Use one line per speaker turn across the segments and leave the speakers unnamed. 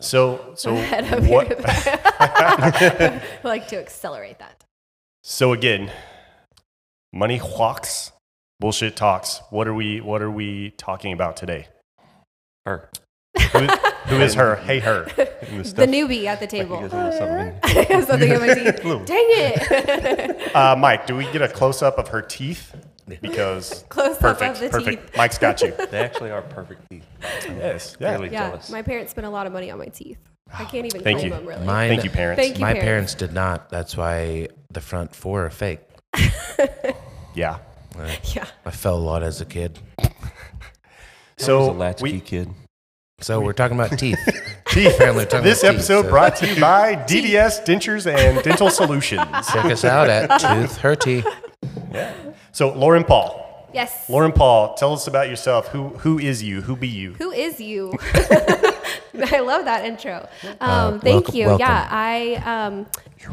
So so
ahead of you.
what?
like to accelerate that.
So again, money walks, bullshit talks. What are we? What are we talking about today?
Her.
Who, who is her? Hey, her.
And the Uh,
The
stuff.
newbie at the table.
guys almost something.
I have something in my teeth.
Little-
Dang it!
Uh, Mike, do we get a close up of her teeth? Because
Close up
perfect,
of the
perfect.
teeth.
Mike's got you.
They actually are perfect teeth.
Yes.
Yeah.
Yeah.
Really
Yeah,
jealous.
my parents spent a lot of money on my teeth. I can't even
Thank
claim
you.
them really.
Mine,
Thank you, parents.
Thank you,
my
parents.
parents did not. That's why the front four are fake.
Yeah.
Yeah,
I fell a lot as a kid.
He's a
So
latchkey
we
kid.
So we're talking about teeth.
teeth.
Apparently we're talking
This
about teeth,
episode
so-
brought to you by DDS Dentures and Dental Solutions.
Check us out at Tooth Herty.
So Lauren Paul,
yes.
Lauren Paul, tell us about yourself. Who who is you? Who be you?
Who is you? I love that intro. Um, thank
welcome-
you.
welcome.
Yeah, I, um,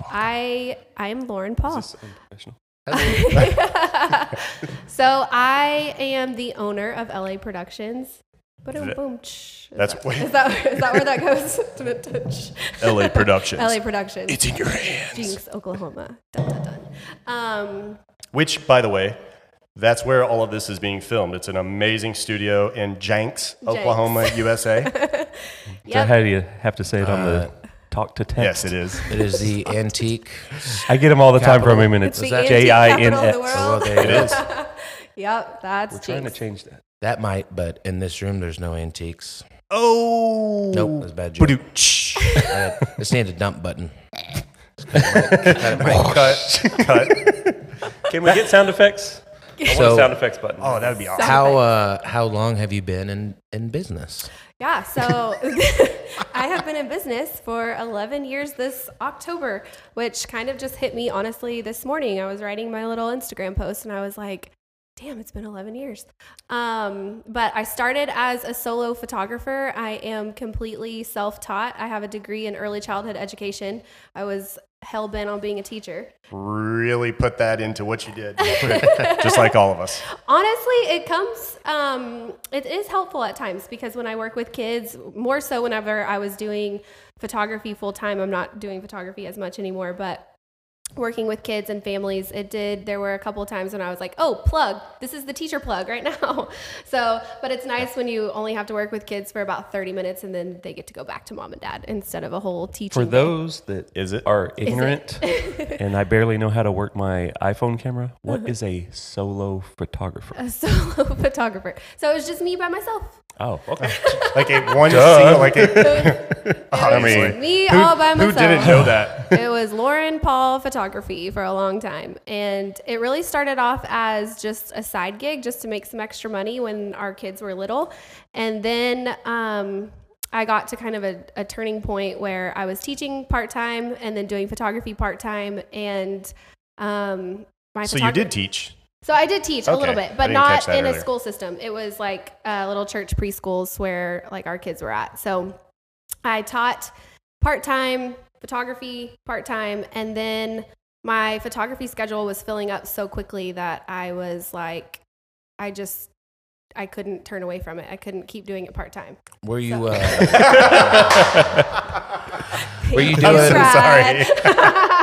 I, I'm Lauren Paul.
This is unprofessional.
So I am the owner of LA Productions. Boom, boom. Is
That's
that,
way-
is that is that where that goes?
LA Productions.
LA Productions,
It's in your hands.
Jinx, Oklahoma. Dun, dun, dun. Um,
Which, by the way, that's where all of this is being filmed. It's an amazing studio in Jenks, Oklahoma, USA.
So
Yep.
how do you have to say it on the talk to text?
yes, it is.
It is the antique.
I get them all the time from him, and
it's
it's
the
that-
antique capital of the
JINX.
Well,
world.
there it is.
Yep, that's
We're trying to
Jinx.
change that.
That might, but in this room, there's no antiques.
Oh.
Nope, that's a bad joke.
Ba-doo-tsh.
I just need a dump button.
cut, cut.
Can we get sound effects? I want
So-
a sound effects button.
Oh, that would be awesome.
How uh, how long have you been in, in business?
Yeah, so I have been in business for 11 years this October, which kind of just hit me honestly this morning. I was writing my little Instagram post and I was like, damn, it's been 11 years. Um, but I started as a solo photographer. I am completely self taught. I have a degree in early childhood education. I was hell bent on being a teacher.
Really put that into what you did. Just like all of us.
Honestly, it comes, um, it is helpful at times because when I work with kids, more so whenever I was doing photography full time, I'm not doing photography as much anymore, but working with kids and families, it did. There were a couple of times when I was like, oh, plug, this is the teacher plug right now. So, but it's nice when you only have to work with kids for about 30 minutes and then they get to go back to mom and dad instead of a whole teaching.
For those that
Is it?
are ignorant and I barely know how to work my iPhone camera, what is a solo photographer?
a solo photographer. So it was just me by myself.
Oh, okay.
Like a one single, like a,
I
mean,
me
who,
all by
who
myself.
didn't know that?
it was Lauren Paul Photography for a long time. And it really started off as just a side gig just to make some extra money when our kids were little. And then um, I got to kind of a, a turning point where I was teaching part time and then doing photography part time. And um, my
So you
photogra-
did teach.
so I did teach a little
Okay.
bit,
I
but
didn't catch
not
that
in
earlier.
a school system. It was like uh, little church preschools where like our kids were at. So I taught part time photography, part time, and then my photography schedule was filling up so quickly that I was like, I just I couldn't turn away from it. I couldn't keep doing it part time.
Were you uh, were you
I'm so
doing
sorry.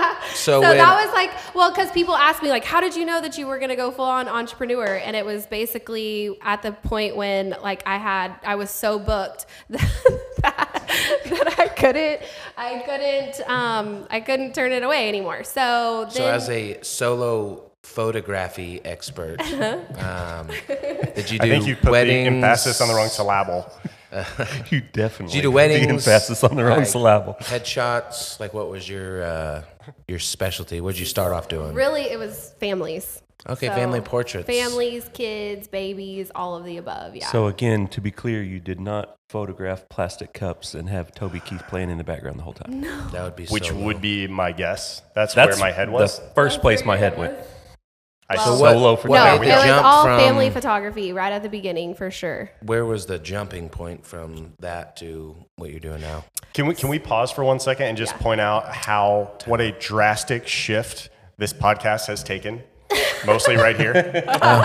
so?
so
when,
that was like well because people asked me like how did you know that you were going to go full on entrepreneur and it was basically at the point when like i had i was so booked that, that, i couldn't i couldn't um i couldn't turn it away anymore so then
so as a solo photography expert,
Uh-huh.
um, did you do
I think you put
weddings?
the emphasis on the wrong syllable.
you definitely
Did you do weddings?
emphasis on the wrong
Like,
syllable.
Headshots. Like, what was your uh, your specialty? What did you start off doing?
really it was families
Okay,
So,
family portraits.
families kids babies all of the above yeah
So again, to be clear, you did not photograph plastic cups and have Toby Keith playing in the background the whole time.
That would be
Which
solo.
would be my guess. That's,
That's
where my head was.
The first place my head went.
I
So
so
what-
Solo for
no,
Wow,
it
we
was
jumped
all
from-
family photography right at the beginning for sure.
Where was the jumping point from that to what you're doing now?
Can we can we pause for one second and just point out how what a drastic shift this podcast has taken? mostly right here.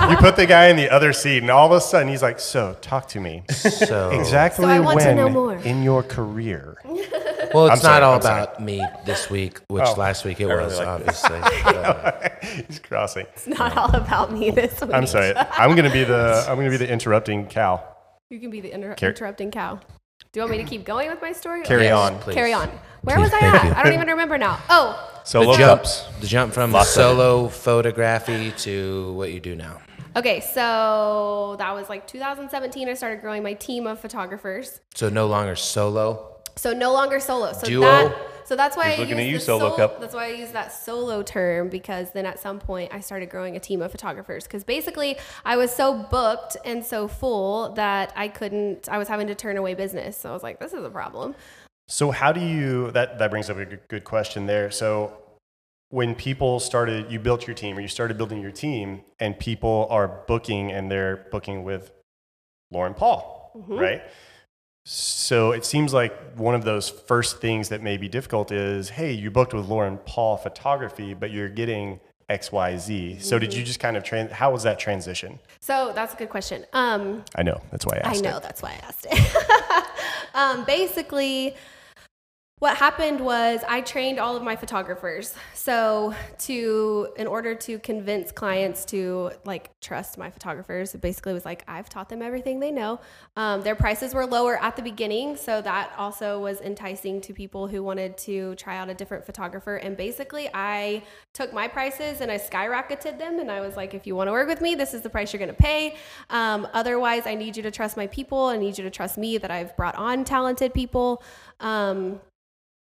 you put the guy in the other seat, and all of a sudden he's like, "So, talk to me.
So
Exactly
So I want to
when
know more.
in your career?"
Well, it's
I'm sorry,
not all
I'm sorry.
about me this week, which
Oh,
last week it
really
was,
like
obviously. Uh,
he's crossing.
It's not all about me this week.
I'm sorry. I'm gonna be the I'm gonna be the interrupting cow.
You can be the inter-
Car-
interrupting cow. Do you want me to keep going with my story?
Carry
yes,
on.
please.
Carry on. Where
Please,
was I
thank
at?
you.
I don't even remember now. Oh,
Solo
the jump,
cups.
the jump from solo photography to what you do now.
okay. So that was like 2017. I started growing my team of photographers.
So no longer solo.
So no longer solo. So
Duo?
that. So that's why
He's
I
looking
use
at you,
the
Solo
sol-
Cup.
That's why I use that solo term because then at some point I started growing a team of photographers because basically I was so booked and so full that I couldn't. I was having to turn away business. So I was like, this is a problem.
So how do you that that brings up a g- good question there. So when people started you built your team or you started building your team and people are booking and they're booking with Lauren Paul, right? So it seems like one of those first things that may be difficult is, hey, you booked with Lauren Paul photography, but you're getting XYZ. So did you just kind of trans how was that transition?
So that's a good question. Um,
I know, that's why I
I
asked.
know that's why I asked it. um, basically, what happened was I trained all of my photographers. So to in order to convince clients to like trust my photographers, it basically was like I've taught them everything they know. Um, their prices were lower at the beginning, so that also was enticing to people who wanted to try out a different photographer. And basically, I took my prices and I skyrocketed them, and I was like, if you want to work with me, this is the price you're going to pay. Um, otherwise, I need you to trust my people. I need you to trust me that I've brought on talented people. Um,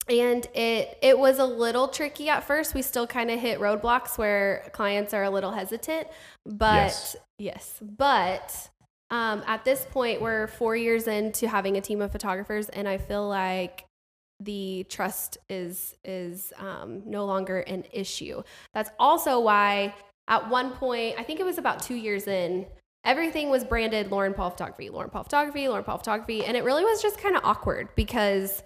and it it was a little tricky at first. We still kind of hit roadblocks where clients are a little hesitant, but
Yes.
yes but um, at this point, we're four years into having a team of photographers, and I feel like the trust is is um, no longer an issue. That's also why at one point, I think it was about two years in, everything was branded Lauren Paul Photography, Lauren Paul Photography, Lauren Paul Photography, and it really was just kind of awkward because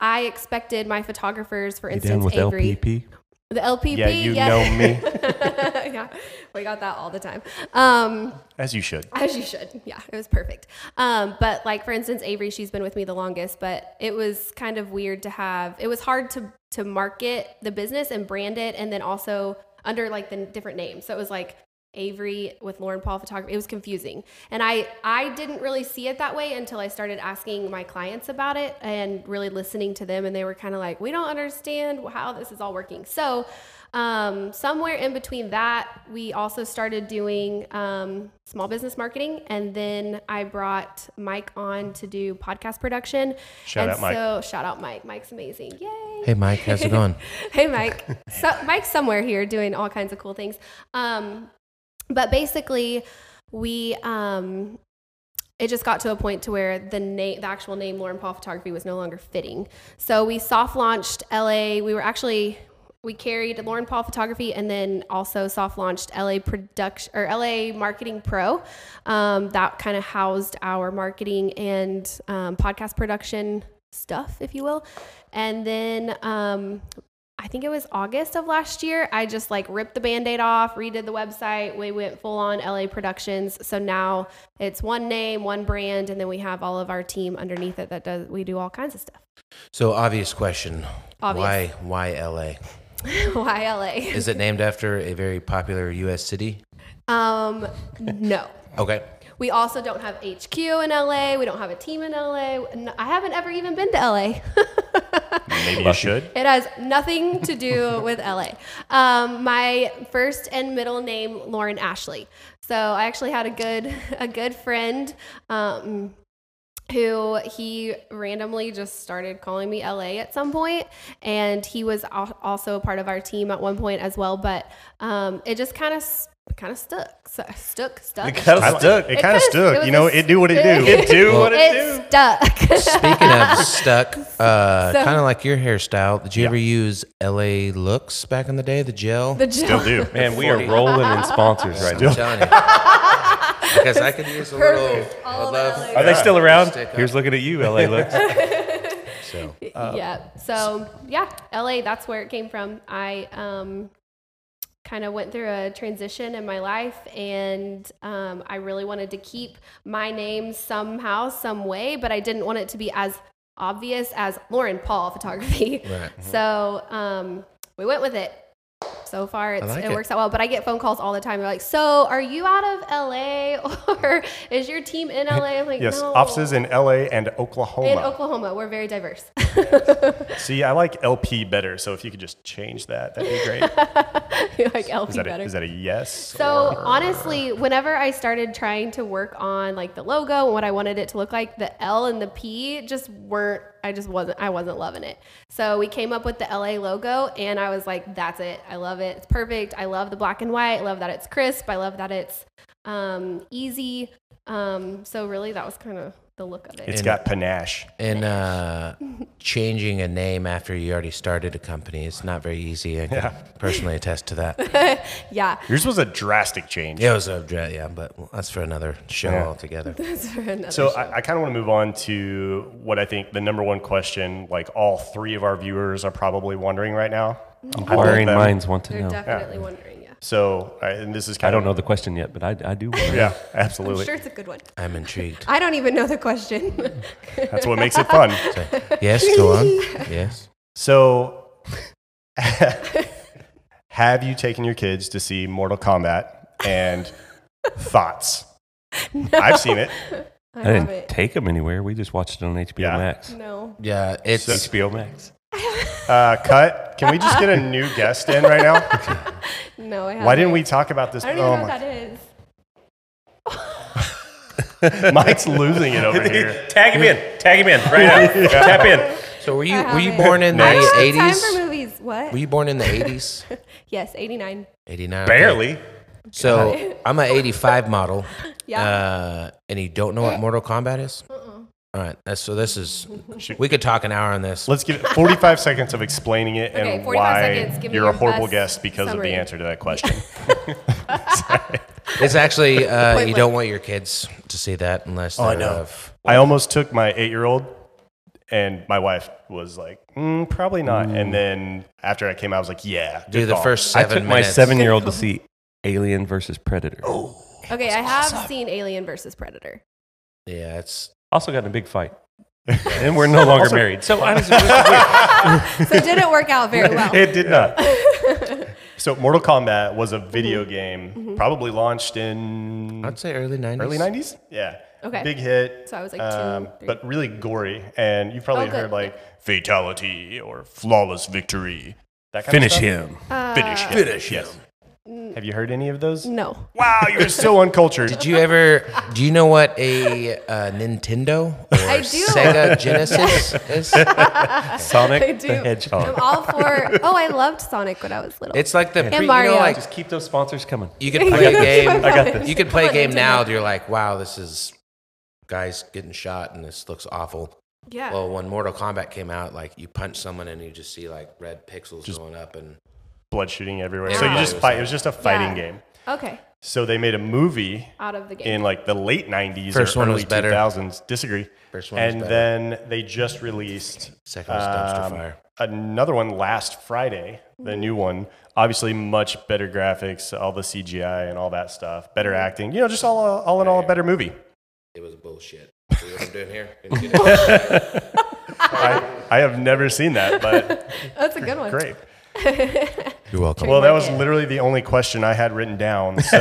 I expected my photographers, for
You down
instance,
with
Avery,
LPP?
the LPP,
Yeah, you
yeah.
know me.
yeah, we got that all the time. Um,
As you should.
as you should. Yeah, it was perfect. Um, but like for instance, Avery, she's been with me the longest, but it was kind of weird to have. It was hard to to market the business and brand it, and then also under like the different names. So it was like Avery with Lauren Paul Photography. It was confusing, and I I didn't really see it that way until I started asking my clients about it and really listening to them, and they were kind of like, we don't understand how this is all working. So. Um, somewhere in between that, we also started doing um, small business marketing, and then I brought Mike on to do podcast production.
Shout
and
out Mike.
So shout out Mike. Mike's amazing. Yay!
Hey, Mike, how's it going?
hey mike so mike's somewhere here doing all kinds of cool things um but basically we um it just got to a point to where the name the actual name lauren paul photography was no longer fitting so we soft launched la we were actually we carried Lauren Paul Photography and then also soft launched LA Production or LA Marketing Pro. Um, that kind of housed our marketing and um, podcast production stuff, if you will. And then um, I think it was August of last year, I just like ripped the band aid off, redid the website. We went full on LA Productions. So now it's one name, one brand, and then we have all of our team underneath it that does, we do all kinds of stuff.
So obvious question.
Obvious.
Why why LA?
Why LA?
Is it named after a very popular US city?
Um, no.
Okay.
We also don't have HQ in LA. We don't have a team in LA. N- I haven't ever even been to LA.
Maybe you should.
It has nothing to do with LA. Um, my first and middle name Lauren Ashley. So I actually had a good a good friend um, who he randomly just started calling me LA at some point, and he was al- also a part of our team at one point as well. But um, it just kind of kind of stuck, so, stuck, stuck.
kinda
I like-
stuck.
It
It
kind of
kinda- it
stuck.
was
You know,
a-
it do what it do.
It
do what
It stuck.
Speaking of stuck, uh,
So-
kind of like your hairstyle, did you ever use LA Looks back in the day? The gel?
The gel.
Still do.
Man, we are rolling in sponsors right now.
I'm telling you. because I could use a little.
Perfect.
I
All
love.
LA.
Are they still around?
Stick up.
Here's looking at you, LA looks.
So,
Uh,
yeah. So yeah, LA. That's where it came from. I um, kind of went through a transition in my life and um, I really wanted to keep my name somehow, some way, but I didn't want it to be as obvious as Lauren Paul photography.
Right.
mm-hmm.
So um, we went with it. So far, it's,
like
it,
it.
works out well. But I get phone calls all the time. They're like, "So, are you out of LA, or is your team in LA?" I'm like,
Yes,
"No."
offices in LA and Oklahoma.
in Oklahoma. We're very diverse.
See, I like LP better, so if you could just change that, that'd be great.
like LP
Is that,
better.
a, is that a yes?
So
or-
honestly, whenever I started trying to work on like the logo and what I wanted it to look like, the L and the P just weren't. I just wasn't. I wasn't loving it. So we came up with the LA logo, and I was like, "That's it. I love it. It's perfect. I love the black and white. I love that it's crisp. I love that it's um, easy." Um, so really, that was kind of the look of it.
it's got panache.
And uh, changing a name after you already started a company is not very easy. I can personally attest to that. It
yeah,
Yours was a drastic change.
was a dra- yeah, but that's for another show
Yeah.
altogether.
that's for another.
So I, I kind of want to move on to what I think the number one question, like all three of our viewers are probably wondering right now.
Mm.
Inquiring
them.
minds want to
they're
know.
definitely wondering. Yeah,
So, I- and this is
I
kind
don't
of,
know the question yet, but I, I do. want to know.
Yeah,
I'm
absolutely.
sure it's a good one.
I'm intrigued.
I don't even know the question.
That's what makes it fun.
yes, go on. Yes.
So, have you taken your kids to see Mortal Kombat and thoughts? I've seen it.
I,
I
have
didn't
it.
take them anywhere. We just watched it on HBO
Yeah.
Max.
no.
Yeah, it's
HBO Max.
Uh, cut. Can we just get a new guest in right now?
No, I haven't.
Why didn't we talk about this?
I don't even know
Oh my-
what that is.
Mike's losing it over here.
Tag him in. Tag him in right now. Tap in.
so. Were you
I
were you
haven't.
born in the
I don't have time
'80s?
for movies. What?
Were you born in the '80s?
yes, 89.
'89. okay.
Barely.
So I'm an '85 model.
Yeah. Uh-uh.
Uh, and you don't know what Mortal Kombat is? All right. That's, so this is. We could talk an hour on this.
Let's give it 45 seconds of explaining it
Okay,
and
45
why
seconds. Give me
you're
your
a horrible
best
guest because
summary.
of the answer to that question.
It's actually uh, you
Pointless.
don't want your kids to see that unless they're
Oh,
uh,
I know.
of
I almost took my eight year old, and my wife was like, mm, probably not. And then after I came out, I was like, yeah.
do
good
the
call.
first
I
seven
took
minutes.
my seven-year-old to see Alien versus Predator.
Okay, I have seen Alien versus Predator.
Yeah, it's
Also got in a big fight, and we're no longer married. So honestly,
So it didn't work out very well.
It did not. so, Mortal Kombat was a video
Mm-hmm.
game, probably launched in
I'd say early nineties.
Mm. early 90s. Yeah.
Okay.
Big hit. Um,
So I was like two, three.
But really gory. And you've probably
Oh, good,
heard like fatality or flawless victory. That kind
finish
of stuff.
him.
Uh,
Finish him. Finish him. Have you heard any of those?
no.
Wow, you're so uncultured.
Did you ever? Do you know what a uh, Nintendo or
I do.
Sega Genesis is?
I
Sonic
do.
the
I'm
Hedgehog.
all for. Oh, I loved Sonic when I was little.
It's like the pre, you
Mario.
know, like
Just keep those sponsors coming.
you could play a game.
I got this.
You could play a
Come on,
game
Nintendo.
now. that You're like, wow, this is guys getting shot, and this looks awful.
yeah.
Well, when Mortal Kombat came out, like you punch someone and you just see like red pixels going up, and
Blood shooting everywhere. So you
Everybody
just
was
fight.
like-
It was just a fighting
Yeah.
game.
okay.
So they made a movie
Out of the game.
in like the late 90s
First
or
one
early
was better.
2000s. Disagree.
First one was
and
better.
then they just released
second was dumpster
um,
fire.
another one last Friday, the new one. Obviously, much better graphics, all the CGI and all that stuff, better acting. You know, just all, all in all, a better movie.
It was bullshit. See what I'm doing here? Didn't get it.
I, I have never seen that, but
That's a good one.
great.
You're welcome.
Well, that was
Market.
literally the only question I had written down. So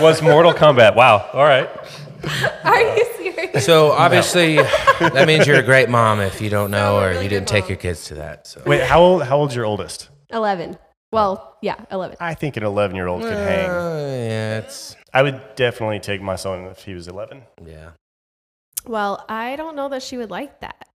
Was Mortal Kombat? Wow. All right.
Are you serious?
So obviously, that means you're a great mom if you don't know
I'm a
or
really
you didn't
good
take
mom.
your kids to that. So
wait, how old? How old's your oldest?
11. Well, yeah, 11.
I think an 11 year old could hang.
Uh, yeah, it's
I would definitely take my son if he was 11.
yeah,
Well, I don't know that she would like that.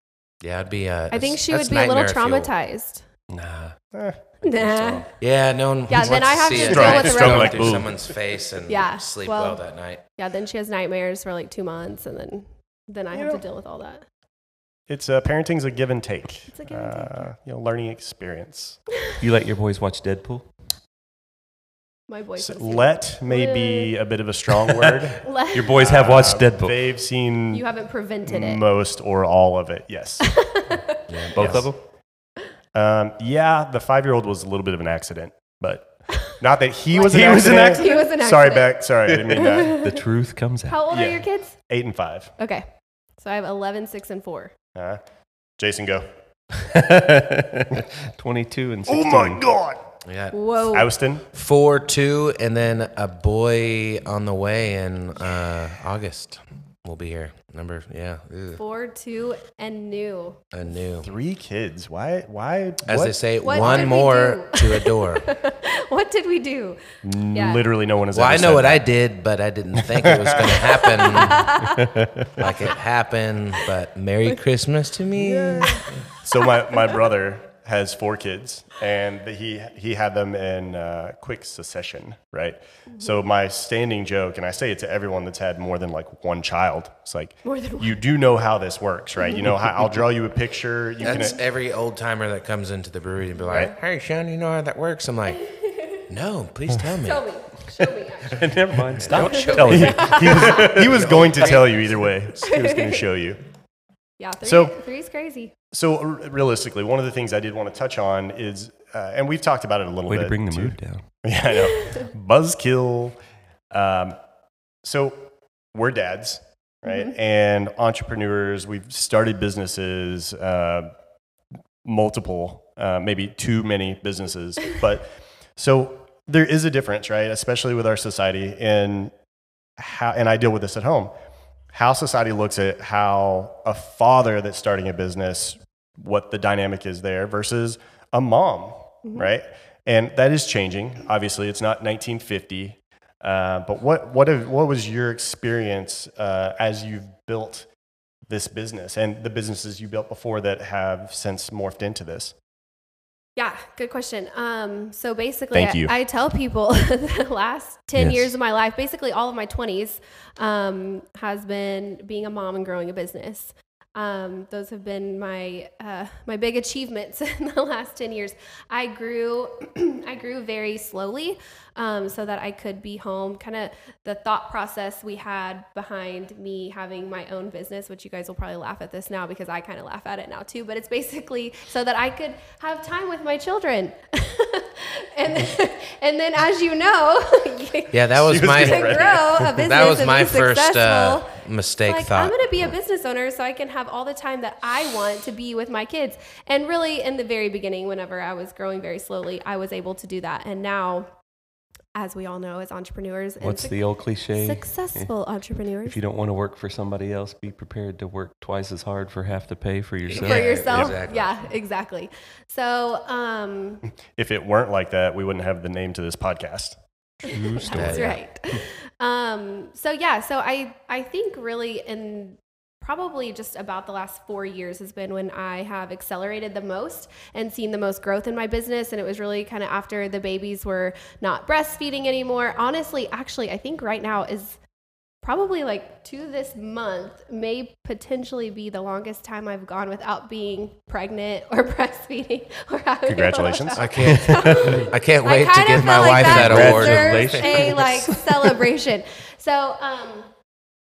yeah. I'd be. Uh,
I think
that's-
she would
that's
be a little
nightmare fuel.
traumatized.
Nah.
Eh,
Nah.
Yeah, no one.
Yeah, then
wants
I have
see
to
it.
deal
Strong-
with the
strong
rest
like
through
boom.
someone's face and
Yeah,
sleep
well-
well, that night.
Yeah, then she has nightmares for like two months, and then then I
You
have to
know-
deal with all that.
It's uh, parenting's a give and take.
It's a give and take,
Uh, you know, learning experience.
You let your boys watch Deadpool?
My boyfriend.
So let may be a bit of a strong word.
Let-
Your boys have watched
Uh,
Deadpool.
They've seen
you haven't prevented it.
most or all of it. Yes.
Both
Yes.
of them?
um, yeah, the five-year-old was a little bit of an accident, but Not that he was an
He was an
accident.
accident. He was an
Sorry,
accident.
Beck. Sorry, I didn't mean that.
The truth comes out.
How old
Yeah.
are your kids?
Eight and five.
Okay. So I have 11, 6, and 4.
Uh, Jason, go.
22 and 16.
Oh my God.
We got
Whoa.
Houston.
four, two, and then a boy on the way in uh, August. We'll be here. Number, yeah, ugh,
4, 2, and new.
a new.
Three kids. Why? Why?
As
what?
they say,
What did
one
we
more
do?
to adore.
what did we do?
N-
Yeah.
Literally, no one has.
Well,
ever
I know
said
what
that.
I did, but I didn't think it was going to happen like it happened. But Merry Christmas to me.
So my, my brother has four kids, and he he had them in uh, quick succession, right? So my standing joke, and I say it to everyone that's had more than like one child. It's like
More than one.
you do know how this works, right? You know how I'll draw you a picture. You
That's
can.
every old timer that comes into the brewery and be like, "Hey, Sean, you know how that works?" I'm like, "No, please tell me."
Show me. Show me. actually.
Never mind. Stop.
He, he was, he was going to tell you either way. He was going to show you.
Yeah, three,
So-
three's crazy.
So r- realistically, one of the things I did want to touch on is, uh, and we've talked about it a little
Way
bit.
to bring the
too.
mood down.
Yeah, I know. Buzzkill. Um, so we're dads, right? And entrepreneurs. We've started businesses, uh, multiple, uh, maybe too many businesses. But so there is a difference, right? Especially with our society in how, and I deal with this at home, how society looks at how a father that's starting a business, what the dynamic is there versus a mom, right? And that is changing. Obviously, it's not 1950. Uh, but what what have, what was your experience uh, as you've built this business and the businesses you built before that have since morphed into this?
Yeah, good question. Um, so basically,
Thank you.
I, I tell people the last 10
Yes.
years of my life, basically all of my 20s, um, has been being a mom and growing a business. Um, those have been my uh, my big achievements in the last 10 years. I grew I grew very slowly um, so that I could be home. Kind of the thought process we had behind me having my own business, which you guys will probably laugh at this now because I kind of laugh at it now too. But it's basically so that I could have time with my children. and then, and then, as you know, you
Yeah, that was
was
my
getting
can
ready.
grow a business.
that was
and
my
be
first uh,
successful.
mistake
Like,
thought.
I'm going to be a business owner so I can have all the time that I want to be with my kids. And really, in the very beginning, whenever I was growing very slowly, I was able to do that. And now, as we all know, as entrepreneurs and
What's
suc-
the old cliche?
successful entrepreneurs
If you don't want to work for somebody else, be prepared to work twice as hard for half the pay for yourself.
for yourself,
exactly.
yeah, exactly. So, um,
If it weren't like that, we wouldn't have the name to this podcast.
True story.
That's
Yeah.
right. um, so yeah, so I I think really in probably just about the last four years has been when I have accelerated the most and seen the most growth in my business. And it was really kind of after the babies were not breastfeeding anymore. Honestly, actually, I think right now is probably like to this month may potentially be the longest time I've gone without being pregnant or breastfeeding or having a little
Congratulations.
child.
I can't. I can't wait to
kinda
give my
feel like
wife that, award.
deserves
Congratulations.
A like celebration. So, um,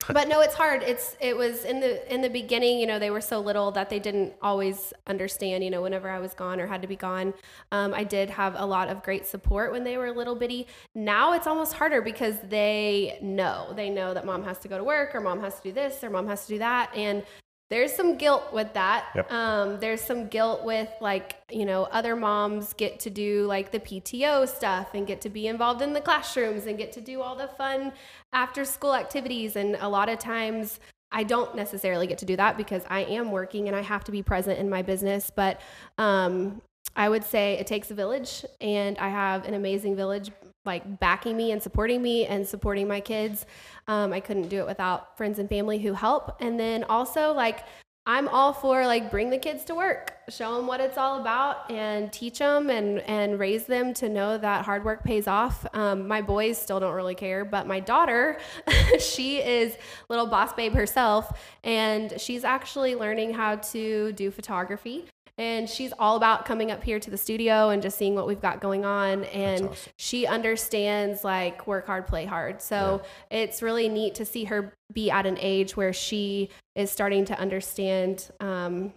but no, it's hard. It's it was in the in the beginning. You know, they were so little that they didn't always understand. You know, whenever I was gone or had to be gone, um, I did have a lot of great support when they were little bitty. Now it's almost harder because they know they know that mom has to go to work or mom has to do this or mom has to do that, and there's some guilt with that.
Yep.
Um, there's some guilt with like, you know, other moms get to do like the PTO stuff and get to be involved in the classrooms and get to do all the fun after school activities. And a lot of times I don't necessarily get to do that because I am working and I have to be present in my business. But um, I would say it takes a village, and I have an amazing village like backing me and supporting me and supporting my kids. Um, I couldn't do it without friends and family who help. And then also, like, I'm all for like bring the kids to work, show them what it's all about, and teach them and and raise them to know that hard work pays off. Um, my boys still don't really care, but my daughter, she is little boss babe herself, and she's actually learning how to do photography and she's all about coming up here to the studio and just seeing what we've got going on and she understands like work hard play hard so it's really neat to see her be at an age where she is starting to understand um,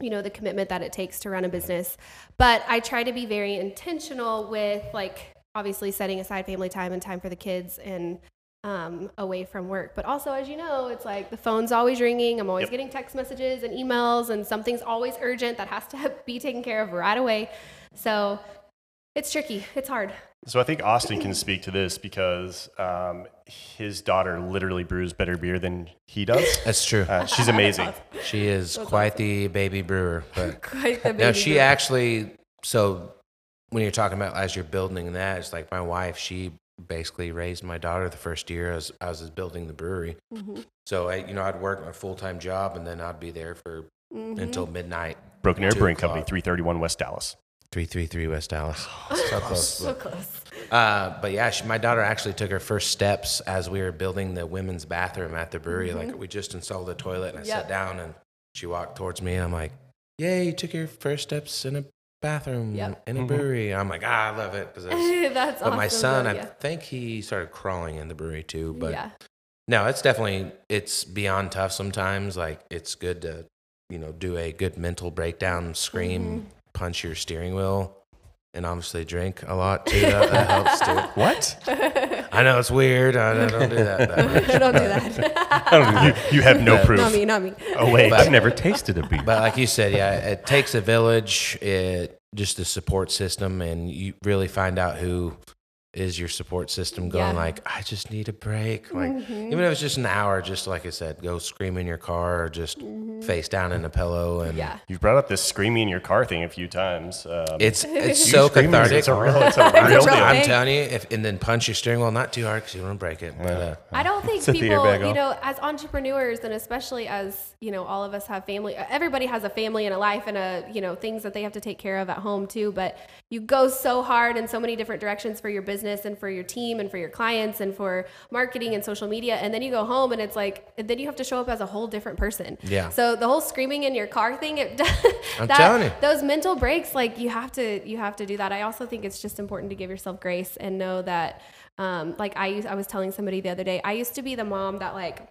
you know the commitment that it takes to run a business but i try to be very intentional with like obviously setting aside family time and time for the kids and um, away from work. But also, as you know, it's like the phone's always ringing. I'm always
Yep.
getting text messages and emails, and something's always urgent that has to be taken care of right away. So it's tricky. It's hard.
So I think Austin can speak to this because um, his daughter literally brews better beer than he does.
That's true.
Uh, she's amazing.
She is quite the baby brewer, but
Quite the
now
baby
she
boomer.
actually so when you're talking about as you're building that it's like my wife she basically raised my daughter the first year as i was building the brewery
Mhm.
so i you know i'd work my full-time job and then i'd be there for
Mhm.
until midnight
Broken Arrow
Two
Brewing Company,
o'clock.
331 West Dallas.
333 west dallas so close
so close.
uh, but yeah, she, my daughter actually took her first steps as we were building the women's bathroom at the brewery.
Mm-hmm.
Like we just installed a toilet, and I
Yep.
sat down, and she walked towards me, and I'm like, "Yay, you took your first steps in a bathroom
Yep.
in a brewery." I'm like, "Ah, I love it." 'cause it's-
That's
but
awesome.
my son,
though,
I
yeah.
think he started crawling in the brewery too. But
yeah.
no, it's definitely it's beyond tough sometimes. Like it's good to you know do a good mental breakdown, scream,
Mm-hmm.
punch your steering wheel, and obviously drink a lot too. That, that helps too.
What?
I know it's weird. I I don't do that. that much.
Don't do that.
you, you have no proof.
not me, not me.
Oh, wait.
But-
I've never tasted a beer.
But like you said, yeah, it takes a village. It just the support system, and you really find out who is your support system going.
Yeah. Mm-hmm.
Like, I just need a break. Like, even if it's just an hour, just like I said, go scream in your car or just face down in a pillow, and
Mm-hmm. Yeah.
You've brought up this screaming in your car thing a few times. Um,
it's it's
you
so
screaming is-
cathartic.
It's a real, it's a
a
real
real
deal.
I'm
thing.
telling you, if and then punch your steering wheel, not too hard because you want to break it. But uh,
I don't think
Set the
people,
airbag
you
off.
know, as entrepreneurs and especially as, you know, all of us have family, everybody has a family and a life and a, you know, things that they have to take care of at home too, but you go so hard in so many different directions for your business and for your team and for your clients and for marketing and social media and then you go home and it's like then you have to show up as a whole different person.
Yeah.
So the whole screaming in your car thing, it
I'm telling you.
those mental breaks like you have to you have to do that i also think it's just important to give yourself grace and know that um, like i used i was telling somebody the other day i used to be the mom that like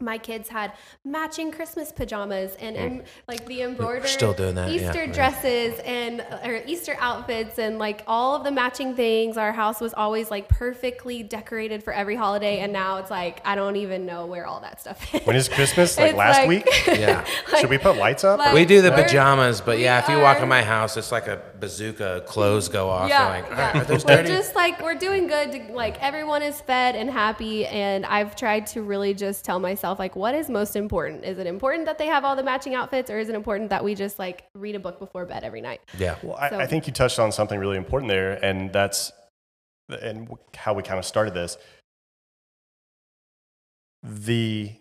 my kids had matching Christmas pajamas and, em like the embroidered
Mm. still doing that, yeah,
Easter
yeah.
dresses and or Easter outfits and like all of the matching things. Our house was always like perfectly decorated for every holiday, and now it's like I don't even know where all that stuff is.
When is Christmas? Like
It's
last
like-
week?
yeah.
Should we put lights up?
like-
Or-
We do the
We're-
pajamas, but yeah, if you walk
are-
in my house, it's like a bazooka. Clothes go off.
Yeah,
I'm like,
yeah.
"Ah, are those
we're
dirty?
just like we're doing good. To, like everyone is fed and happy, and I've tried to really just tell myself like, what is most important? Is it important that they have all the matching outfits, or is it important that we just like read a book before bed every night?
yeah.
well, I,
so-
I think you touched on something really important there, and that's and w- how we kind of started this. The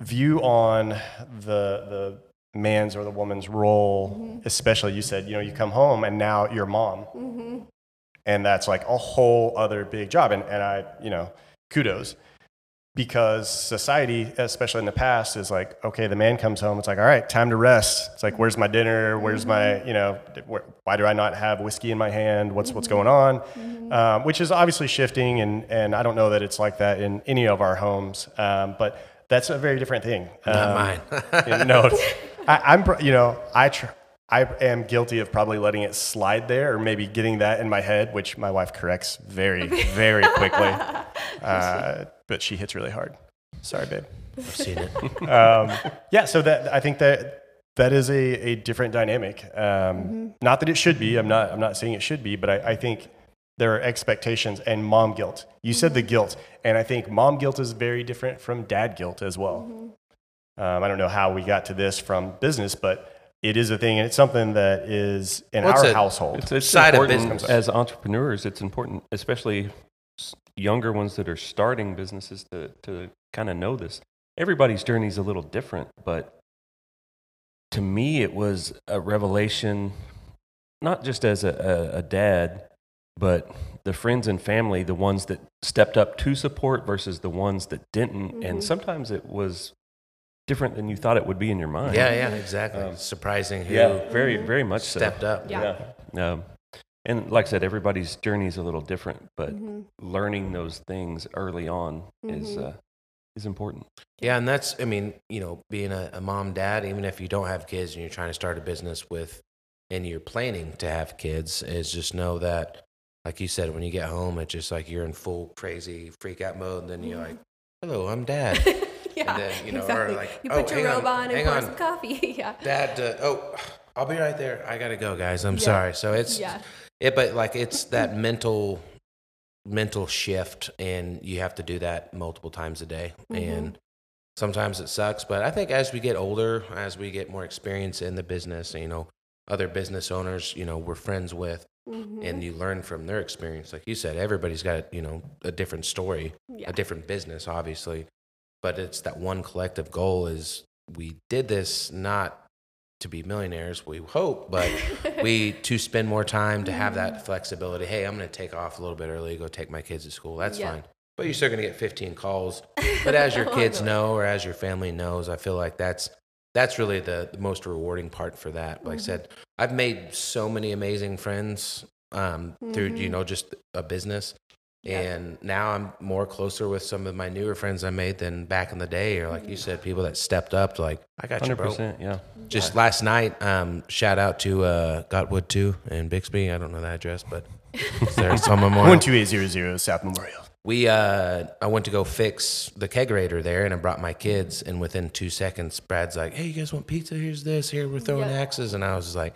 view on the the man's or the woman's role, especially you said, you know, you come home and now you're a mom. and that's like a whole other big job and, and i you know kudos because society especially in the past is like okay the man comes home it's like all right time to rest it's like where's my dinner where's my you know d- where, why do i not have whiskey in my hand what's what's going on um, which is obviously shifting and and i don't know that it's like that in any of our homes um, but that's a very different thing
Not
Um,
mine.
yeah, no, it's- I, I'm, pr- you know, I, tr- I am guilty of probably letting it slide there or maybe getting that in my head, which my wife corrects very, very quickly. Uh, but she hits really hard. Sorry, babe.
I've seen it.
Um, yeah, so that, I think that that is a, a different dynamic. Um, Not that it should be. I'm not, I'm not saying it should be, but I, I think there are expectations and mom guilt. You said the guilt, and I think mom guilt is very different from dad guilt as well. Um, I don't know how we got to this from business, but it is a thing, and it's something that is in
Well, it's
our
a-
household.
It's, it's
Side of
important
business.
as entrepreneurs. It's important, especially s- younger ones that are starting businesses, to to kind of know this. Everybody's journey is a little different, but to me, it was a revelation, not just as a, a, a dad, but the friends and family, the ones that stepped up to support versus the ones that didn't,
Mm-hmm.
and sometimes it was different than you thought it would be in your mind.
Yeah, yeah, exactly.
Um,
Surprising who
yeah, very, very much
uh,
so.
stepped up.
Yeah.
Yeah. Um, and like I said, everybody's journey is a little different, but learning those things early on is uh, is important.
Yeah, and that's, I mean, you know, being a, a mom, dad, even if you don't have kids and you're trying to start a business with, and you're planning to have kids, is just know that like you said, when you get home, it's just like you're in full crazy freak out mode. And then you're
Mm-hmm.
like, hello, I'm dad.
yeah,
then, you know, or
exactly.
like,
you
"Oh,
put your
hang on,
robe on and
hang
pour
on."
some coffee. yeah.
dad, uh, oh, I'll be right there. I got to go, guys. I'm
Yeah.
sorry. So it's,
Yeah.
it, but like it's that mental, mental shift. And you have to do that multiple times a day.
Mhm.
And sometimes it sucks. But I think as we get older, as we get more experience in the business, you know, other business owners, you know, we're friends with,
Mhm.
and you learn from their experience. Like you said, everybody's got, you know, a different story
Mm-hmm. yeah.
a different business, obviously, but it's that one collective goal is we did this not to be millionaires, we hope, but we to spend more time to have that flexibility. Hey, I'm going to take off a little bit early, go take my kids to school. That's
Yeah.
fine. But you're still going to get 15 calls. But as your
Oh, I
kids
know.
know or as your family knows, I feel like that's that's really the, the most rewarding part for that. Like I
Mhm.
said, I've made so many amazing friends um, through you
Mhm.
know just a business.
Yeah.
And now I'm more closer with some of my newer friends I made than back in the day, or like
Mm.
you said, people that stepped up. to Like I got you,
Hundred
bro.
percent. Yeah.
Just last night, um, shout out to uh, Gotwood Two and Bixby. I don't know that address, but it's there it's on Memorial.
One two eight zero zero South Memorial.
We, uh, I went to go fix the kegerator there, and I brought my kids. And within two seconds, Brad's like, "Hey, you guys want pizza? Here's this. Here we're throwing
Yeah.
axes." And I was just like,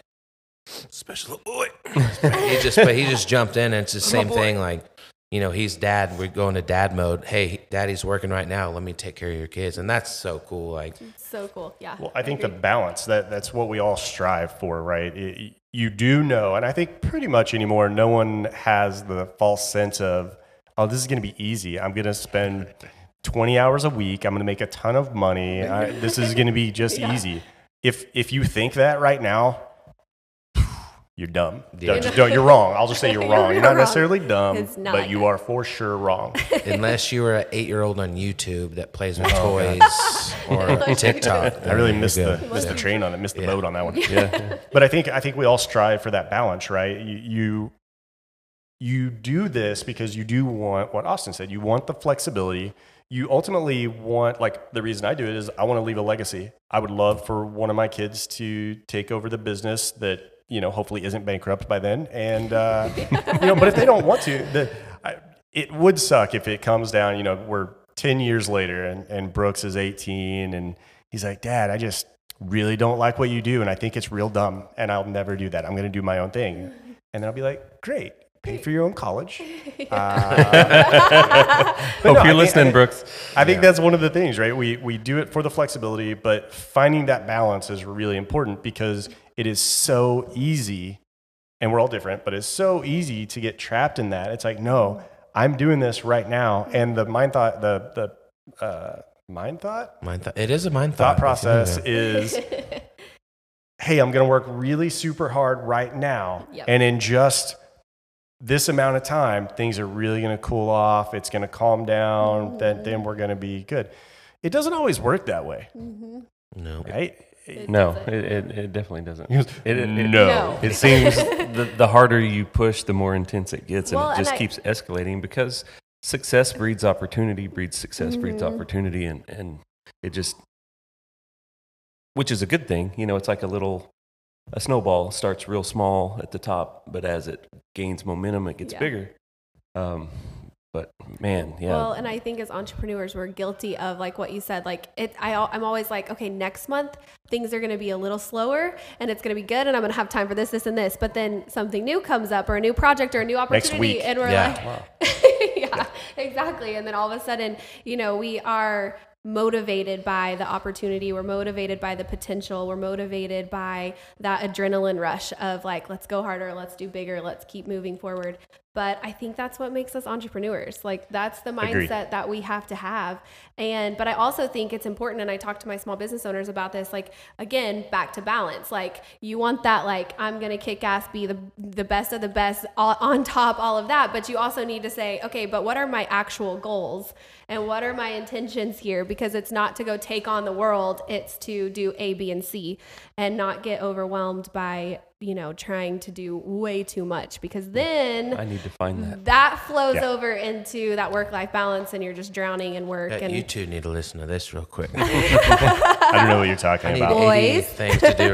"Special boy." he just, but he just jumped in, and it's the same thing. Like, you know, he's dad. We're going to dad mode. Hey, daddy's working right now. Let me take care of your kids, and that's so cool. Like,
so cool. Yeah.
Well, I think the
agree.
balance that that's what we all strive for, right? It, you do know, and I think pretty much anymore, no one has the false sense of, oh, this is going to be easy. I'm going to spend 20 hours a week. I'm going to make a ton of money. I, this is going to be just
Yeah.
easy. If if you think that right now, you're dumb.
Yeah.
Don't, just don't- you're wrong. I'll just say you're
You're
wrong. You're not
wrong.
necessarily dumb,
It's not
but
like
you
that.
are for sure wrong.
unless you were an eight-year-old on YouTube that plays with
Oh,
toys
Oh,
or
my
TikTok,
I really missed
You're
the,
good.
missed the train on it, missed the
Yeah.
boat on that one.
Yeah.
but I think I think we all strive for that balance, right? You, you you do this because you do want what Austin said. You want the flexibility. You ultimately want like the reason I do it is I want to leave a legacy. I would love for one of my kids to take over the business that you know hopefully isn't bankrupt by then, and uh, you know. But if they don't want to, the, I, it would suck if it comes down. You know, we're ten years later, and and Brooks is eighteen, and he's like, Dad, I just really don't like what you do and I think it's real dumb and I'll never do that. I'm going to do my own thing. And then I'll be like, great, pay for your own college. Uh, but
Hope
no, I
you're
think-
listening,
I think,
Brooks.
I think that's one of the things, right? We, we do it for the flexibility, but finding that balance is really important because it is so easy and we're all different, but it's so easy to get trapped in that. It's like, no, I'm doing this right now. And the mind thought, the, the uh, mind thought?
Mind th- it is a mind
thought
thought
process is hey i'm going to work really super hard right now
Yep.
and in just this amount of time things are really going to cool off it's going to calm down then,
Mm-hmm.
then we're going to be good it doesn't always work that way
hmm
No.
right
It
No,
doesn't.
it, it, it definitely doesn't.
He goes,
It- it- it-
No.
It seems the, the harder you push, the more intense it gets, and
Well,
it
and
just
I-
keeps escalating because success breeds opportunity, breeds success, breeds
Mm-hmm.
opportunity, and, and it just, which is a good thing. You know, it's like a little, a snowball starts real small at the top, but as it gains momentum, it gets
Yeah.
bigger. Um, but man, yeah.
Well, and I think as entrepreneurs, we're guilty of like what you said. Like it, I, al- I'm always like, okay, next month things are going to be a little slower, and it's going to be good, and I'm going to have time for this, this, and this. But then something new comes up, or a new project, or a new opportunity,
Next week.
and we're
Yeah.
like, yeah, exactly. And then all of a sudden, you know, we are motivated by the opportunity. We're motivated by the potential. We're motivated by that adrenaline rush of like, let's go harder, let's do bigger, let's keep moving forward. But I think that's what makes us entrepreneurs. Like that's the mindset
Agreed.
that we have to have. And but I also think it's important and I talk to my small business owners about this like again, back to balance. Like you want that like I'm going to kick ass, be the the best of the best all, on top all of that, but you also need to say, okay, but what are my actual goals and what are my intentions here because it's not to go take on the world, it's to do A, B and C and not get overwhelmed by you know, trying to do way too much because then
I need to find
mm-hmm.
that.
that flows
Yeah.
over into that work life balance and you're just drowning in work.
Yeah,
and
you two need to listen to this real quick.
I don't know what you're
I
talking
need
about.
80
Boys.
things to do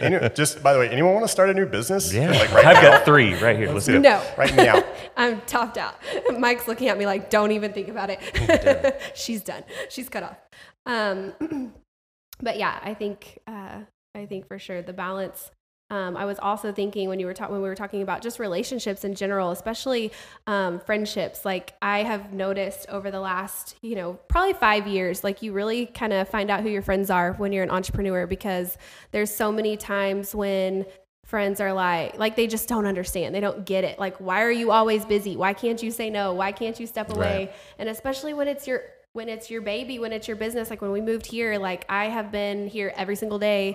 now.
Any- just by the way, anyone want to start a new business?
Yeah.
Like right now.
I've got three right here. Let's do it.
no,
Right now.
I'm topped out. Mike's looking at me like, don't even think about it. She's done. She's cut off. Um, but yeah, I think uh, I think for sure the balance. Um, I was also thinking when you were talking when we were talking about just relationships in general, especially um, friendships. Like I have noticed over the last, you know, probably five years, like you really kind of find out who your friends are when you're an entrepreneur because there's so many times when friends are like like they just don't understand they don't get it like why are you always busy why can't you say no why can't you step away and especially when it's your when it's your baby when it's your business like when we moved here like i have been here every single day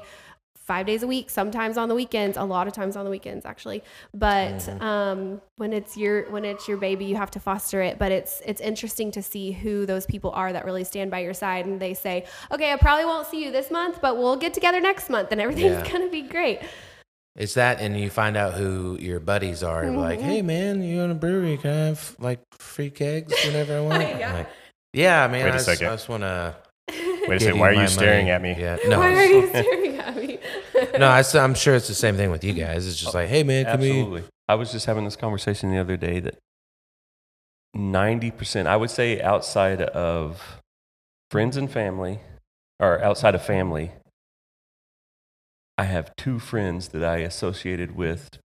five days a week sometimes on the weekends a lot of times on the weekends actually but
Mm-hmm.
um, when it's your when it's your baby you have to foster it but it's it's interesting to see who those people are that really stand by your side and they say okay i probably won't see you this month but we'll get together next month and everything's
Yeah.
gonna be great
It's that, and you find out who your buddies are. Like,
Mm-hmm.
hey man, you own a brewery? Can I have like free kegs whenever I want?
Yeah.
Like, yeah, man.
Wait a
I just,
second.
I just want to.
Wait a second. Why are you staring at me?
Yeah. No.
Why are
it's-
you staring at me?
No, I, am sure it's the same thing with you guys. It's just like, hey man, can we?
Absolutely. I was just having this conversation the other day that 90%, I would say outside of friends and family, or outside of family, I have two friends that I associated with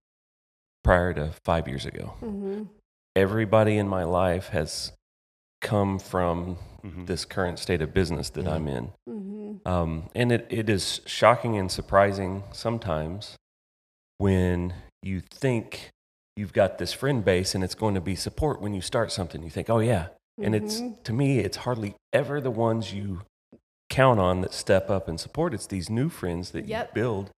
prior to five years ago.
Mhm.
Everybody in my life has come from
Mhm.
this current state of business that
Mhm.
I'm in.
Mhm.
Um, and it, it is shocking and surprising sometimes when you think you've got this friend base and it's going to be support when you start something. You think, oh, yeah. And it's
Mhm.
to me, it's hardly ever the ones you count on that step up and support. It's these new friends that
Yep.
you build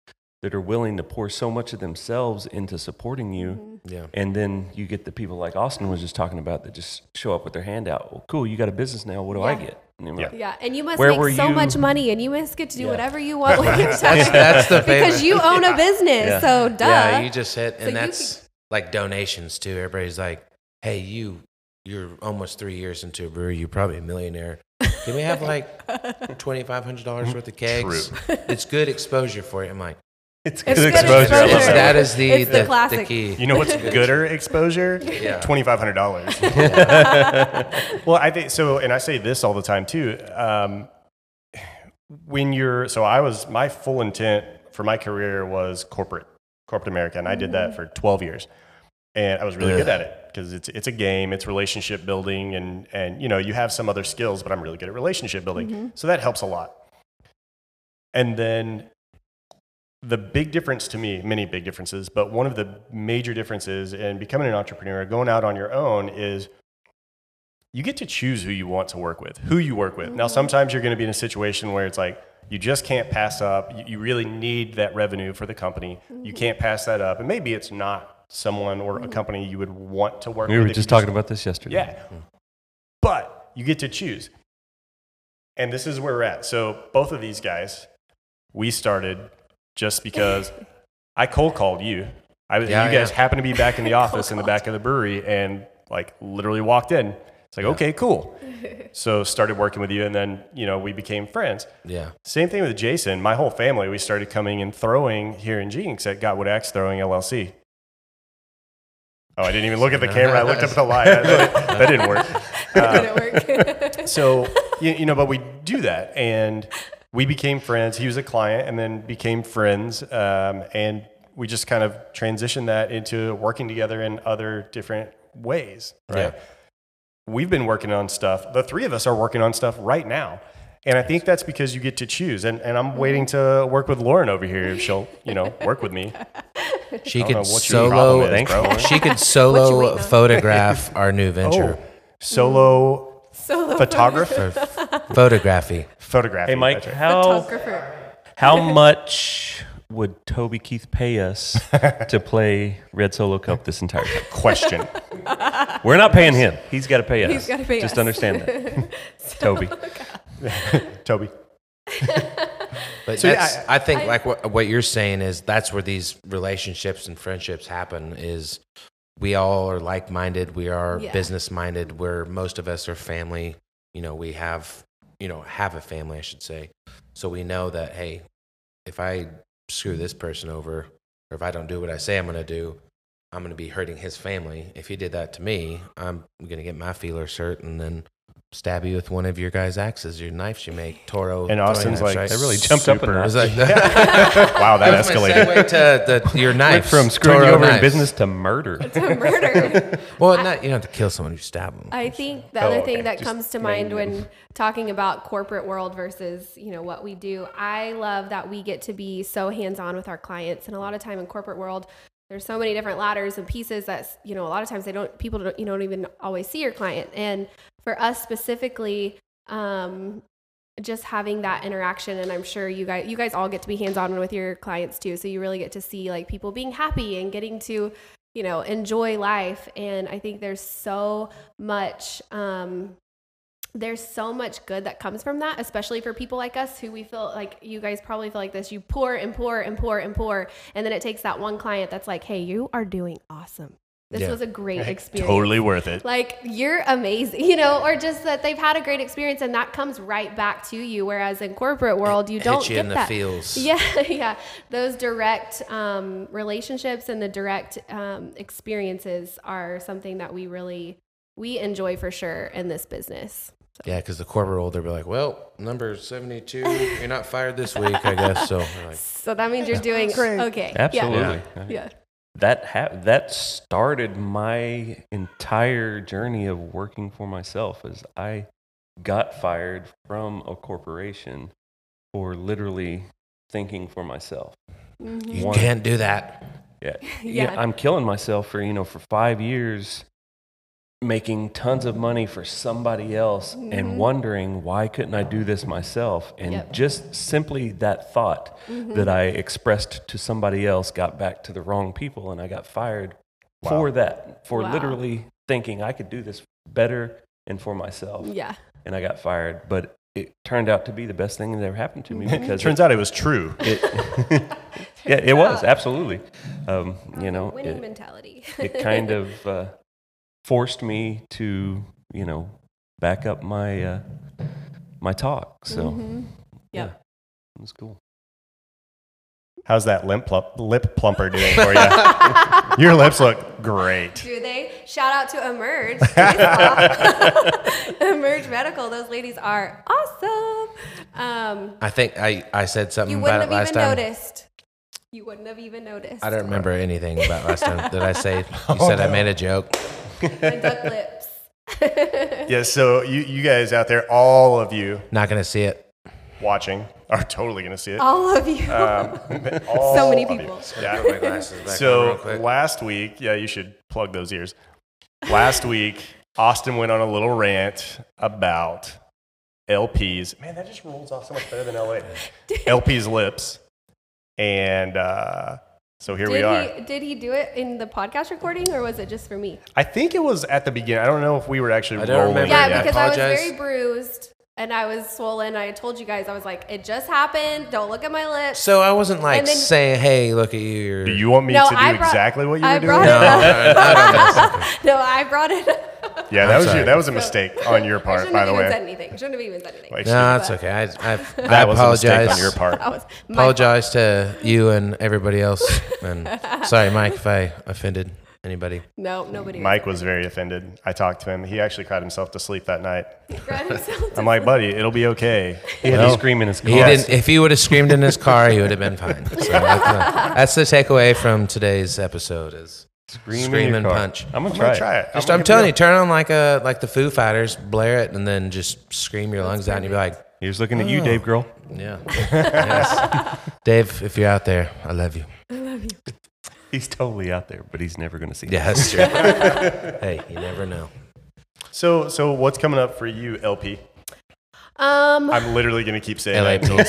that are willing to pour so much of themselves into supporting you.
Mhm.
Yeah.
And then you get the people like Austin was just talking about that just show up with their hand out. Well, cool, you got a business now. What do I
Yeah.
get? And they're
Yeah.
like,
Yeah, and you must
Where were
make so
you-
much money, and you must get to do
Yeah.
whatever you want with your
That's,
time
that's the
because
favorite.
you own a business.
Yeah.
So duh.
Yeah, you just hit,
So you
and that's like donations too. Everybody's like, hey, you, you're almost three years into a brewery. You're probably a millionaire. Can we have like twenty five hundred dollars worth of kegs? It's good exposure for you. I'm like,
It's
It's
good
good
exposure. Oh, I love
exposure.
it's,
that.
that is the
It's the
the, the,
classic.
key.
You know what's gooder exposure?
Yeah.
$2,500.
Yeah.
well, I think so, and I say this all the time too. Um, when you're so, I was my full intent for my career was corporate, corporate America, and I did that for 12 years, and I was really good at
Ugh.
it because it's it's a game, it's relationship building, and and you know you have some other skills, but I'm really good at relationship building, so that helps a lot. And then the big difference to me, many big differences, but one of the major differences in becoming an entrepreneur, going out on your own, is you get to choose who you want to work with, who you work with. Now, sometimes you're going to be in a situation where it's like, you just can't pass up. You, you really need that revenue for the company. You can't pass that up. And maybe it's not someone or a company you would want to work
we
with.
were
if you
just talking about this yesterday.
yeah. Hmm. But you get to choose. And this is where we're at. So both of these guys, we started just because I cold called you. I, was you
Yeah,
guys
yeah.
happened to be back in the office in the back of the brewery and like literally walked in. It's like, okay, cool. So started working with you and then, you know, we became friends.
yeah.
Same thing with Jason. My whole family, we started coming and throwing here in Jinx at Gotwood Axe Throwing LLC. Oh, I didn't even look at the camera. I looked up at the light. I- that didn't work.
Didn't work.
So, you, you know, but we do that. And we became friends. He was a client and then became friends. Um, and we just kind of transitioned that into working together in other different ways. Right.
Yeah.
We've been working on stuff. The three of us are working on stuff right now. And I think that's because you get to choose. And, and I'm waiting to work with Lauren over here if she'll, you know, work with me.
She
don't know
could
what your problem
solo.
is, Thanks, bro.
she could
What you
solo
waiting on?
photograph our new venture.
Oh, solo
Solo
photographer, Oh.
Photography.
photography.
Hey, Mike,
That's right.
how
photographer.
How much would Toby Keith pay us to play Red Solo Cup this entire time?
Question.
We're not paying him. He's got to pay us.
He's gotta pay
Just
us.
understand that. Toby.
Toby.
But
So, yeah,
that's, I, think
I-
like what, what you're saying is that's where these relationships and friendships happen is we all are like-minded, we are
Yeah.
business-minded, where most of us are family, you know, we have, you know, have a family, I should say. So we know that hey, if I screw this person over or if I don't do what I say I'm going to do, I'm going to be hurting his family. If he did that to me, I'm going to get my feelers hurt and then stab you with one of your guys' axes, your knives you make, Toro.
And
throwing
Austin's
knives,
like,
right?
They really jumped up a
super-
I
notch.
was like,
wow, that
That's my
escalated.
segue to the, your
Went
knife
from screwing you over in business to murder.
to murder.
Well, not you don't have to kill someone; you stab them.
I think the
Oh,
other
okay.
thing that
Just
comes to
name
mind when talking about corporate world versus, you know, what we do, I love that we get to be so hands-on with our clients. And a lot of time in corporate world, there's so many different ladders and pieces that, you know, a lot of times they don't people don't you don't even always see your client. And for us specifically, um just having that interaction and i'm sure you guys you guys all get to be hands-on with your clients too so you really get to see like people being happy and getting to you know enjoy life and i think there's so much um there's so much good that comes from that especially for people like us who we feel like you guys probably feel like this you pour and pour and pour and pour and then it takes that one client that's like hey you are doing awesome this
Yeah.
was a great experience
Totally worth it.
like you're amazing you know or just that they've had a great experience and that comes right back to you whereas in corporate world you don't
hit you
get
in the
that
feels.
yeah yeah those direct um, relationships and the direct um, experiences are something that we really we enjoy for sure in this business
yeah, because the corporate world, they'll be like, "Well, number seventy-two, you're not fired this week, I guess." So, we're like,
so that means you're doing okay Yeah.
Absolutely.
yeah,
That ha- that started my entire journey of working for myself as I got fired from a corporation for literally thinking for myself.
Mhm.
you
One.
can't do that.
Yeah.
Yeah.
yeah. I'm killing myself for, you know, for five years making tons of money for somebody else and wondering why couldn't I do this myself? And
Mm-hmm. Yep. Mm-hmm.
just simply that thought that I expressed to somebody else got back to the wrong people and I got fired for that, for
Wow.
literally thinking I could do this better and for myself.
yeah
And I got fired. But it turned out to be the best thing that ever happened to me because
Turns out it was true.
it, yeah, it was absolutely. Um, you know,
winning
it,
mentality
it kind of uh, forced me to you know back up my uh, my talk. So yeah,
Mm-hmm. Yep.
it was cool.
How's that lip, plump, lip plumper doing for you? Your lips look great.
Do they? Shout out to Emerge. Emerge Medical. Those ladies are awesome. Um,
I think I, I said something
you
about
wouldn't
it
have
last
even
time.
noticed. You wouldn't have even noticed.
I don't remember anything about last time. Did I say? You said I made a joke.
My duck lips.
Yeah, so you, you guys out there, all of you
Not gonna see it.
watching are totally going to see it. Um,
All of you.
Uh,
All
many
of you.
people.
Yeah.
My glasses back
So last week, yeah, you should plug those ears. Last week, Austin went on a little rant about LP's. Man, that just rolls off so much better than LA. LP's lips. And uh, so here we
did,
are.
he, did he do it in the podcast recording or was it just for me?
I think it was at the beginning. I don't know if we were actually
I don't
rolling
remember.
yet.
Yeah,
Yeah, I
because I was
apologize.
very bruised and I was swollen. I told you guys, I was like, it just happened. Don't look at my lips.
So I wasn't like
And then-
saying, "Hey, look at you." You're,
Do you want me
No,
to do
I brought-
exactly what you
I
were doing?
brought
No,
it up.
I- I don't think so.
no, I brought it up.
Yeah, that was
sorry.
you, that was a mistake on your
I
part,
shouldn't
by
have
the
even said
way.
anything. Shouldn't have even said anything.
Like,
No, that's okay. I, I, I
that was a
apologize.
mistake on your part.
That was my
Apologize to you and everybody else. And sorry, Mike, if I offended anybody.
fault. No, nobody.
Mike was very offended. I talked to him. He actually cried himself to sleep that night.
cried himself to
I'm like, buddy, it'll be okay.
He had
Well,
to scream in his
He
car.
didn't, if he would have screamed in his car, he would have been fine. So that's, the, that's the takeaway from today's episode. Is
Scream,
Scream
in your
and
car.
punch.
I'm gonna
I'm
try,
gonna
it.
try it.
just
gonna
I'm telling you,
give it
turn on like a like the Foo Fighters, blare it, and then just scream your lungs out, and you'll be like,
He was looking at
Oh.
you, Dave Girl.
"Yeah, yes. Dave, if you're out there, I love you."
He's totally out there, but he's never gonna see.
Yeah, that's true. hey, you never know.
a- So, so what's coming up for you, LP?
Um,
I'm literally gonna keep saying
LAP.
that until it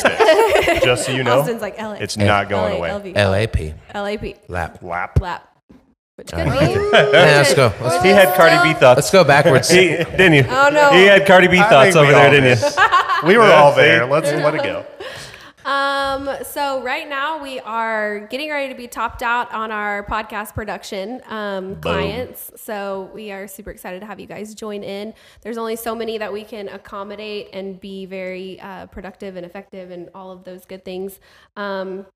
sticks. Just so you know,
Austin's like LA.
it's
L-
not going away.
LAP,
LAP.
lap.
Lap.
Lap. Which could
All
be.
right. Yeah, let's go. Let's-
He had Cardi B
Let's
thoughts.
go backwards.
He, didn't you?
Oh, no.
He had Cardi B
I
thoughts
think we
over there,
all
didn't you?
missed. We were all there. Let's let it go.
Um, so right now we are getting ready to be topped out on our podcast production um, clients. So we are super excited to have you guys join in. There's only so many that we can accommodate and be very uh, productive and effective and all of those good things. Um,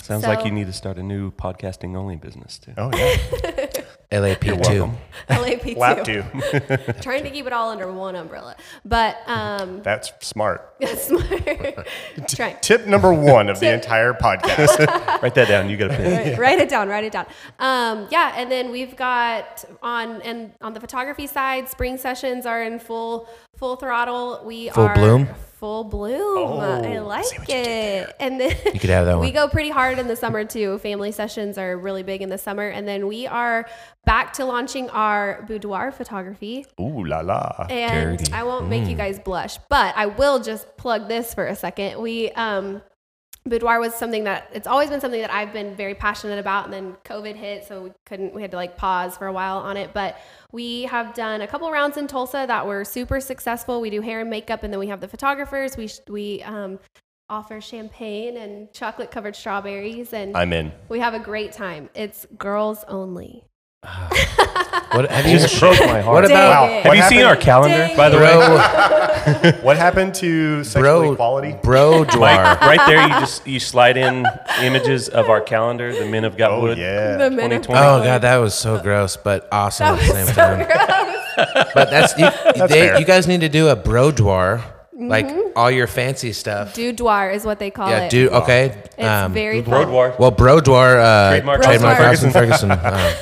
Sounds like
So-
you need to start a new podcasting only business too.
Oh yeah,
LAP
You're
two.
welcome.
LAP
lap
too.
two.
Trying to keep it all under one umbrella, but um,
That's smart.
that's smart. Trying.
Tip number one of the
Tip-
entire podcast.
Write that down. You got to pin. it.
Right, Write it down. Write it down. Um, yeah, and then we've got on and on the photography side, spring sessions are in full full throttle. We
Full
are
bloom?
Full bloom. I
Oh, see
like
what you did
it. And then
You could have that
we
one.
go pretty hard in the summer too. Family sessions are really big in the summer, and then we are back to launching our boudoir photography.
Ooh la la.
And
Dirty.
I won't make you
Mm.
guys blush, but I will just plug this for a second. We um boudoir was something that it's always been something that I've been very passionate about and then COVID hit so we couldn't we had to like pause for a while on it, but we have done a couple rounds in Tulsa that were super successful. We do hair and makeup and then we have the photographers. We sh- we um offer champagne and chocolate covered strawberries and
I'm in.
we have a great time. It's girls only.
What have you?
Just broke my
What
heart.
Dang
about
Wow.
it.
What
Have you seen our
happened-
calendar?
Dang
By the
it.
way,
bro,
What happened to sexual
bro,
equality?
bro, Dwar?
right there, you just you slide in images of our calendar. The men have got
Oh
wood.
The
yeah.
men of
2020.
Oh god, that was so gross, but awesome
That
at the same
was so
time.
gross.
But that's you.
fair.
they, you guys need to do a bro Dwar,
Mm-hmm.
like all your fancy stuff.
Boudoir is what they call
yeah,
it.
do okay. um,
It's very fun.
Road war.
Well, bro Dwar, uh,
Trademark
trademark,
Ferguson.
Ferguson. Ferguson. uh,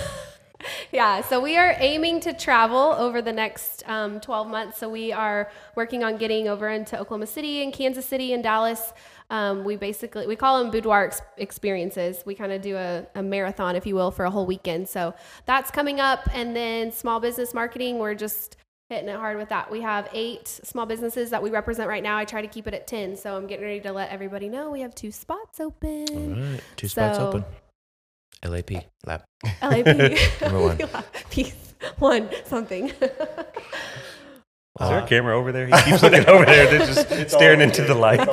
Yeah, so we are aiming to travel over the next um, 12 months. So we are working on getting over into Oklahoma City and Kansas City and Dallas. Um, we basically we call them boudoir ex- experiences. We kind of do a, a marathon, if you will, for a whole weekend. So that's coming up, and then small business marketing. We're just hitting it hard with that. We have eight small businesses that we represent right now. I try to keep it at 10, so I'm getting ready to let everybody know we have two spots open.
Alright, Two spots
So-
open. LAP lap.
LAP.
Number one.
Piece one something.
Is
uh,
there a camera over there? He keeps looking over there. They're just staring into the lights.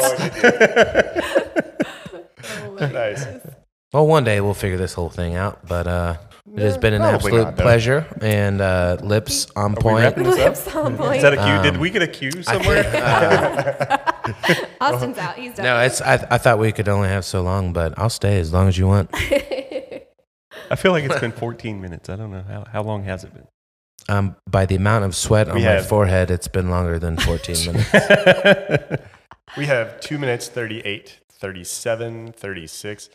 nice.
Well, one day we'll figure this whole thing out, but uh, it has been an
Probably
absolute
not, though.
pleasure and uh, lips on point.
wrapping this up?
Lips on
Is
point.
that a cue? Did
Um,
we get a cue
I think,
somewhere?
uh,
Austin's out. He's done.
no, it's. I, I thought we could only have so long, but I'll stay as long as you want.
I feel like it's been 14 minutes. I don't know how, how long has it been.
Um, by the amount of sweat on
We
my
have-
forehead, it's been longer than 14 minutes.
We have two minutes, 38, 37, 36.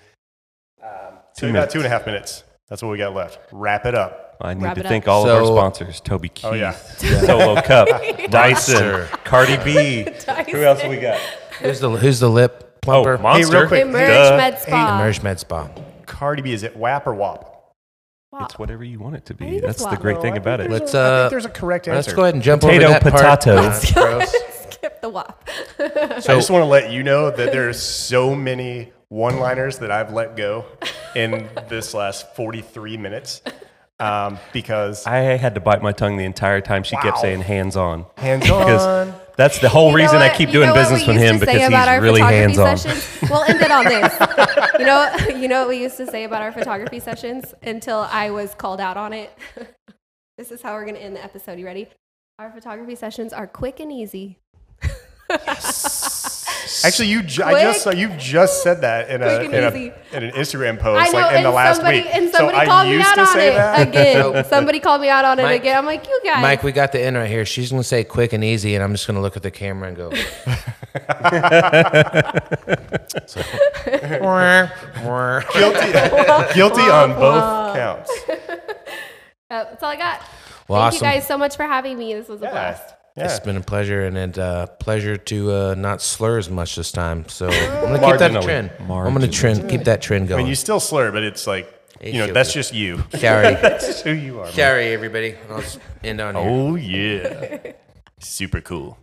Um,
Two
so about
minutes.
two and a half minutes. That's what we got left. Wrap it up.
I need
Wrap
to
it up.
thank all of our
So-
sponsors: Toby Keith,
Oh, yeah.
Solo Cup, Dyson,
Monster.
Cardi B. Who else we got?
who's the Who's the lip plumper?
Oh, Monster.
quick.
Emerge
Duh.
Med Spa.
Emerge Med Spa.
Cardi B, is it WAP or WAP?
Wow.
It's whatever you want it to
I
be.
think
That's
it's
the
wild.
great thing about it.
there's- Let's,
I
uh,
think there's a correct answer.
Let's go ahead and jump
Potato,
over that
potato.
part.
Let's
Uh, gross.
Skip the WAP.
I just want to let you know that there are so many one-liners that I've let go in this last 43 minutes um, because
I had to bite my tongue the entire time she kept
Wow.
saying hands on.
hands
Because
on.
that's the whole
You know
reason I
what-
keep
you
doing
know what
business
we
with
used
him
to say
because he's
about our
really
photography
hands on.
sessions? We'll end it on this. you know, you know what we used to say about our photography sessions until I was called out on it. this is how we're gonna end the episode. You ready? Our photography sessions are quick and easy.
Actually, you ju- I just saw you just said that in a,
Quick and
in,
easy.
a, in an Instagram post
I know,
like in
and
the last
somebody
week.
and somebody
so I
called me
used
out
to
on
say
it
that.
again. somebody called me out on it
Mike-
again. I'm like, you guys,
Mike, we got the end right here. She's gonna say quick and easy, and I'm just gonna look at the camera and go. So-
guilty, guilty on
Wah.
both counts.
Uh, that's all I got.
well,
Thank
awesome.
you guys so much for having me. This was a
Yeah.
blast.
It's
yeah.
been a pleasure, and it uh, pleasure to uh, not slur as much this time. So I'm gonna keep that
Marginally.
trend. I'm gonna trend keep that trend
I mean,
going.
you still slur, but it's like you know
It's
that's
okay.
just you.
Carry,
That's who you are. man.
carry everybody. I'll just end on here.
Oh yeah, super cool.